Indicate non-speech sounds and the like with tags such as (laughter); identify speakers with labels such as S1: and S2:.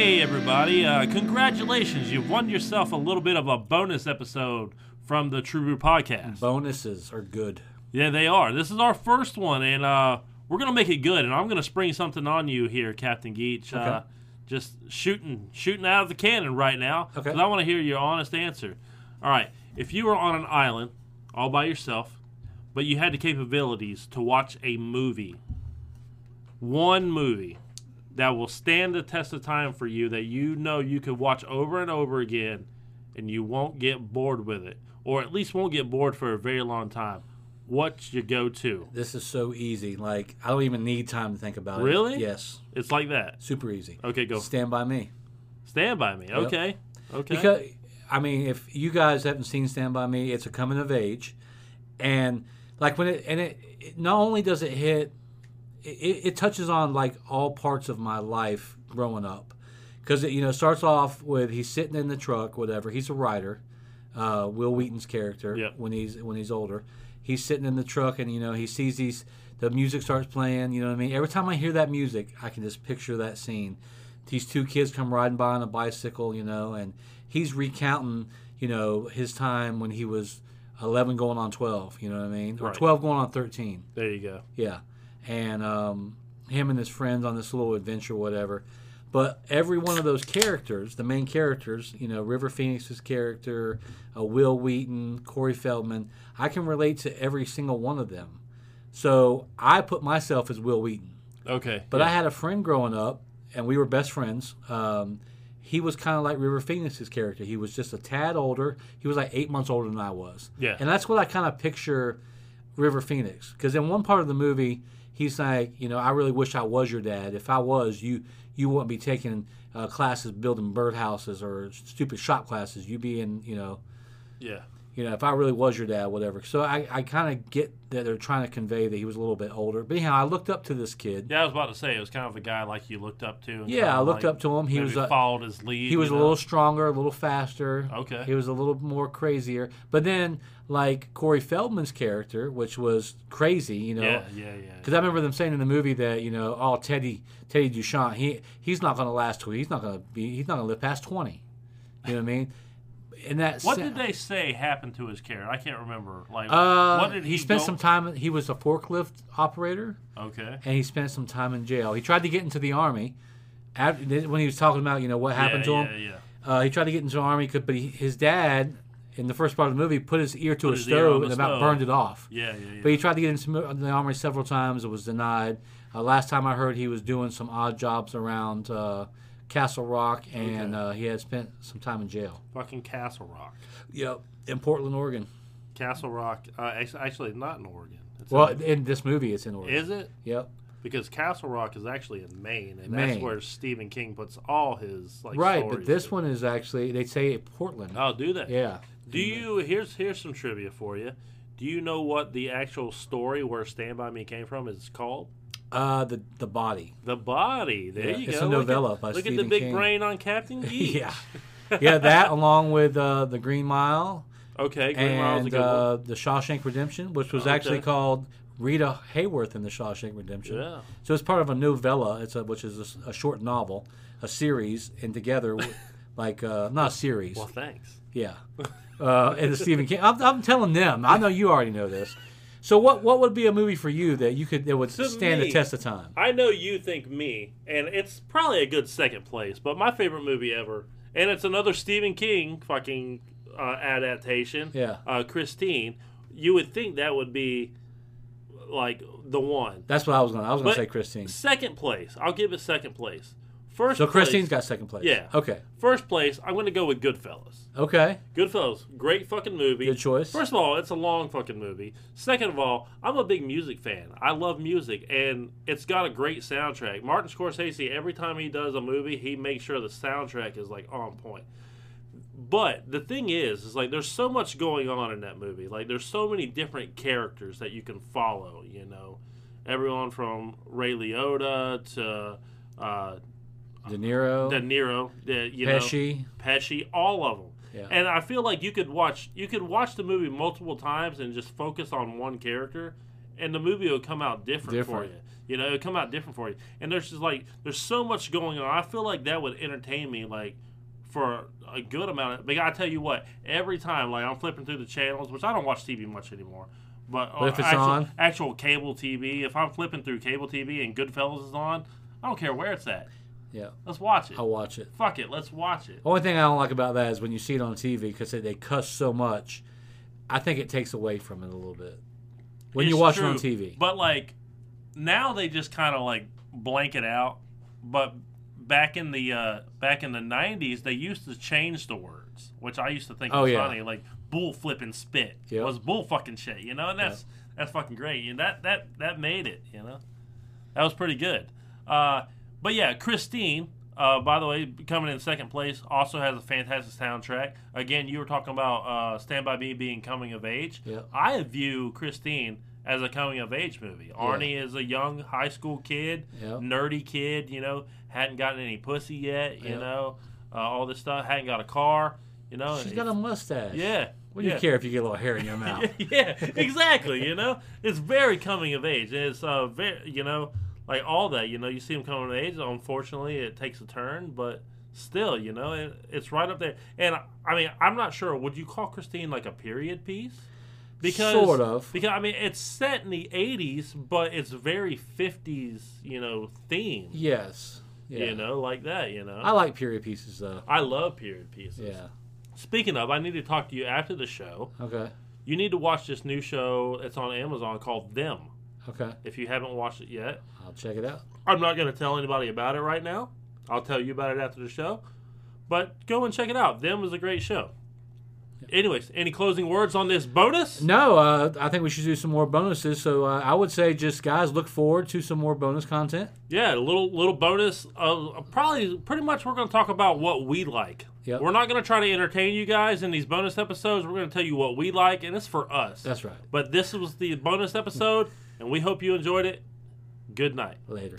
S1: everybody. Uh, congratulations. You've won yourself a little bit of a bonus episode from the True Brew podcast.
S2: Bonuses are good.
S1: Yeah, they are. This is our first one, and uh, we're going to make it good. And I'm going to spring something on you here, Captain Geach. Uh,
S2: Okay.
S1: just shooting shooting out of the cannon right now.
S2: Okay.
S1: 'cause I want to hear your honest answer. All right. If you were on an island all by yourself, but you had the capabilities to watch a movie, one movie that will stand the test of time for you that you know you could watch over and over again and you won't get bored with it or at least won't get bored for a very long time what's your go-to
S2: This is so easy. Like I don't even need time to think about it.
S1: Really?
S2: Yes.
S1: it's like that
S2: Super easy.
S1: okay go
S2: Stand by me.
S1: stand by me okay okay
S2: Because I mean, if you guys haven't seen Stand by Me, it's a coming of age, and like when it and it, it not only does it hit, it, it touches on like all parts of my life growing up, because it you know starts off with he's sitting in the truck, whatever. He's a writer, uh, Will Wheaton's character
S1: Yep.
S2: when he's when he's older. He's sitting in the truck, and you know he sees these. The music starts playing. You know what I mean. Every time I hear that music, I can just picture that scene. These two kids come riding by on a bicycle, you know, and he's recounting, you know, his time when he was 11 going on 12. You know what I mean, or
S1: Right.
S2: 12 going on 13.
S1: there you go
S2: Yeah, and um, him and his friends on this little adventure, whatever. But every one of those characters, the main characters, you know, River Phoenix's character, uh, Will Wheaton, Corey Feldman, I can relate to every single one of them. So I put myself as Will Wheaton.
S1: okay
S2: But I had a friend growing up, and we were best friends. Um, he was kind of like River Phoenix's character. He was just a tad older. He was like eight months older than I was.
S1: Yeah.
S2: And that's what I kind of picture River Phoenix. Because in one part of the movie, he's like, you know, I really wish I was your dad. If I was, you you wouldn't be taking uh, classes building birdhouses or stupid shop classes. You'd be in, you know,
S1: yeah
S2: you know, if I really was your dad, whatever. So I, I kind of get that they're trying to convey that he was a little bit older. But anyhow, I looked up to this kid.
S1: yeah i was about to say it was kind of a guy like you looked up to and
S2: Yeah,
S1: kinda
S2: I looked
S1: like
S2: up to him. He
S1: maybe
S2: was a-
S1: followed his lead
S2: he was a
S1: you know?
S2: little stronger, a little faster.
S1: Okay.
S2: He was a little more crazier. But then, like Corey Feldman's character, which was crazy, you know.
S1: yeah yeah yeah
S2: Because I remember them saying in the movie that you know, oh Teddy, Teddy Duchamp, he he's not going to last twenty. He's not going to be. He's not going to live past twenty. You know what I mean? And that
S1: what
S2: sa-
S1: did they say happened to his character? I can't remember. Like,
S2: Uh,
S1: what did
S2: he,
S1: he,
S2: spent
S1: go-
S2: some time. He was a forklift operator,
S1: Okay.
S2: and he spent some time in jail. He tried to get into the army. After, when he was talking about you know what happened to
S1: yeah,
S2: him,
S1: Yeah, yeah.
S2: Uh, he tried to get into the army, could- but he, his dad, in the first part of the movie, put his ear to a
S1: his ear on
S2: stove
S1: the
S2: and about
S1: stove.
S2: burned it off.
S1: Yeah, yeah, yeah.
S2: But he tried to get into the army several times. It was denied. Uh, last time I heard, he was doing some odd jobs around uh, Castle Rock, and uh, he had spent some time in jail.
S1: Fucking Castle Rock.
S2: Yep, in Portland, Oregon.
S1: Castle Rock. Uh, act- actually, not in Oregon. It's
S2: Well,
S1: in-
S2: in this movie, it's in Oregon.
S1: is it?
S2: Yep.
S1: Because Castle Rock is actually in Maine, and
S2: Maine.
S1: that's where Stephen King puts all his like.
S2: right, but
S1: stories
S2: this
S1: in.
S2: one is actually they say Portland.
S1: Oh, do that.
S2: yeah.
S1: Do you? Here's here's some trivia for you. Do you know what the actual story where Stand by Me came from is called?
S2: Uh, the the body.
S1: The Body. There
S2: Yeah,
S1: you go.
S2: it's a
S1: Look at-
S2: novella by
S1: Look at
S2: Stephen
S1: the big
S2: King.
S1: brain on (laughs) Captain Geek.
S2: (laughs) yeah. Yeah, that along with uh, the Green Mile.
S1: Okay. Green Mile's a
S2: and
S1: good one.
S2: uh, the Shawshank Redemption, which was actually
S1: Okay.
S2: called Rita Hayworth in the Shawshank Redemption.
S1: Yeah.
S2: So it's part of a novella. It's a, which is a s- a, short novel, a series, and together,
S1: (laughs)
S2: w- like uh, not a series,
S1: Well, thanks.
S2: yeah. Uh, and the Stephen King. I'm, I'm telling them. I know you already know this. So what what would be a movie for you that you could that would
S1: To
S2: stand the
S1: me-
S2: test of time?
S1: I know you think me, and it's probably a good second place, but my favorite movie ever, and it's another Stephen King fucking uh, adaptation.
S2: Yeah.
S1: Uh, Christine. You would think that would be like the one.
S2: That's what I was gonna. I was gonna
S1: But-
S2: say Christine.
S1: Second place. I'll give it second place. First
S2: So Christine's
S1: place,
S2: got second place.
S1: Yeah.
S2: Okay.
S1: First place, I'm going to go with Goodfellas.
S2: Okay.
S1: Goodfellas, great fucking movie.
S2: Good choice.
S1: First of all, it's a long fucking movie. Second of all, I'm a big music fan. I love music, and it's got a great soundtrack. Martin Scorsese, every time he does a movie, he makes sure the soundtrack is like on point. But the thing is, is like there's so much going on in that movie. Like there's so many different characters that you can follow. You know, everyone from Ray Liotta to uh,
S2: De Niro.
S1: De Niro. The, you know,
S2: Pesci.
S1: Pesci, all of them.
S2: Yeah.
S1: And I feel like you could watch you could watch the movie multiple times and just focus on one character, and the movie will come out different, for
S2: Different.
S1: you. You know, it'll come out different for you. And there's just like there's so much going on. I feel like that would entertain me like for a good amount of but I tell you what, every time like I'm flipping through the channels, which I don't watch TV much anymore. But, uh,
S2: But if it's
S1: actual,
S2: on?
S1: actual cable TV, if I'm flipping through cable TV and Goodfellas is on, I don't care where it's at.
S2: Yeah,
S1: Let's watch it.
S2: I'll watch it.
S1: Fuck it, let's watch it.
S2: Only thing I don't like about that is when you see it on TV because they, they cuss so much. I think it takes away from it a little bit when you
S1: It's
S2: watch it on
S1: true,
S2: TV.
S1: But like now they just kind of like blank it out. But back in the uh, back in the '90s, they used to change the words, which I used to think
S2: Oh,
S1: was
S2: yeah.
S1: funny. Like bull flipping spit
S2: Yep.
S1: was bull fucking shit, you know. And that's that's fucking great. And that that that made it, you know. That was pretty good. Uh, but yeah, Christine. Uh, by the way, coming in second place, also has a fantastic soundtrack. Again, you were talking about uh, Stand By Me being coming of age.
S2: Yep.
S1: I view Christine as a coming of age movie. Arnie is a young high school kid,
S2: Yep.
S1: nerdy kid, you know, hadn't gotten any pussy yet, you
S2: Yep.
S1: know, uh, all this stuff, hadn't got a car, you know.
S2: She's got a mustache.
S1: yeah.
S2: What do
S1: yeah.
S2: you care if you get a little hair in your mouth?
S1: (laughs) yeah, exactly. You know, it's very coming of age. It's uh, very, you know, like all that. You know, you see him coming of age. Unfortunately, it takes a turn, but still, you know, it, it's right up there. And I mean, I'm not sure. Would you call Christine like a period piece? Because
S2: Sort of.
S1: Because I mean, it's set in the '80s, but it's very '50s, you know, theme.
S2: Yes. Yeah.
S1: You know, like that. You know,
S2: I like period pieces though.
S1: I love period pieces.
S2: Yeah.
S1: Speaking of, I need to talk to you after the show
S2: Okay.
S1: you need to watch this new show that's on Amazon called Them.
S2: Okay.
S1: If you haven't watched it yet,
S2: I'll check it out.
S1: I'm not going to tell anybody about it right now. I'll tell you about it after the show. But go and check it out. Them is a great show. Anyways, any closing words on this bonus?
S2: No, uh, I think we should do some more bonuses. So uh, I would say, just guys, look forward to some more bonus content.
S1: Yeah, a little little bonus. Uh, probably pretty much we're going to talk about what we like.
S2: Yep.
S1: We're not going to try to entertain you guys in these bonus episodes. We're going to tell you what we like, and it's for us.
S2: That's right.
S1: But this was the bonus episode, and we hope you enjoyed it. Good night.
S2: Later.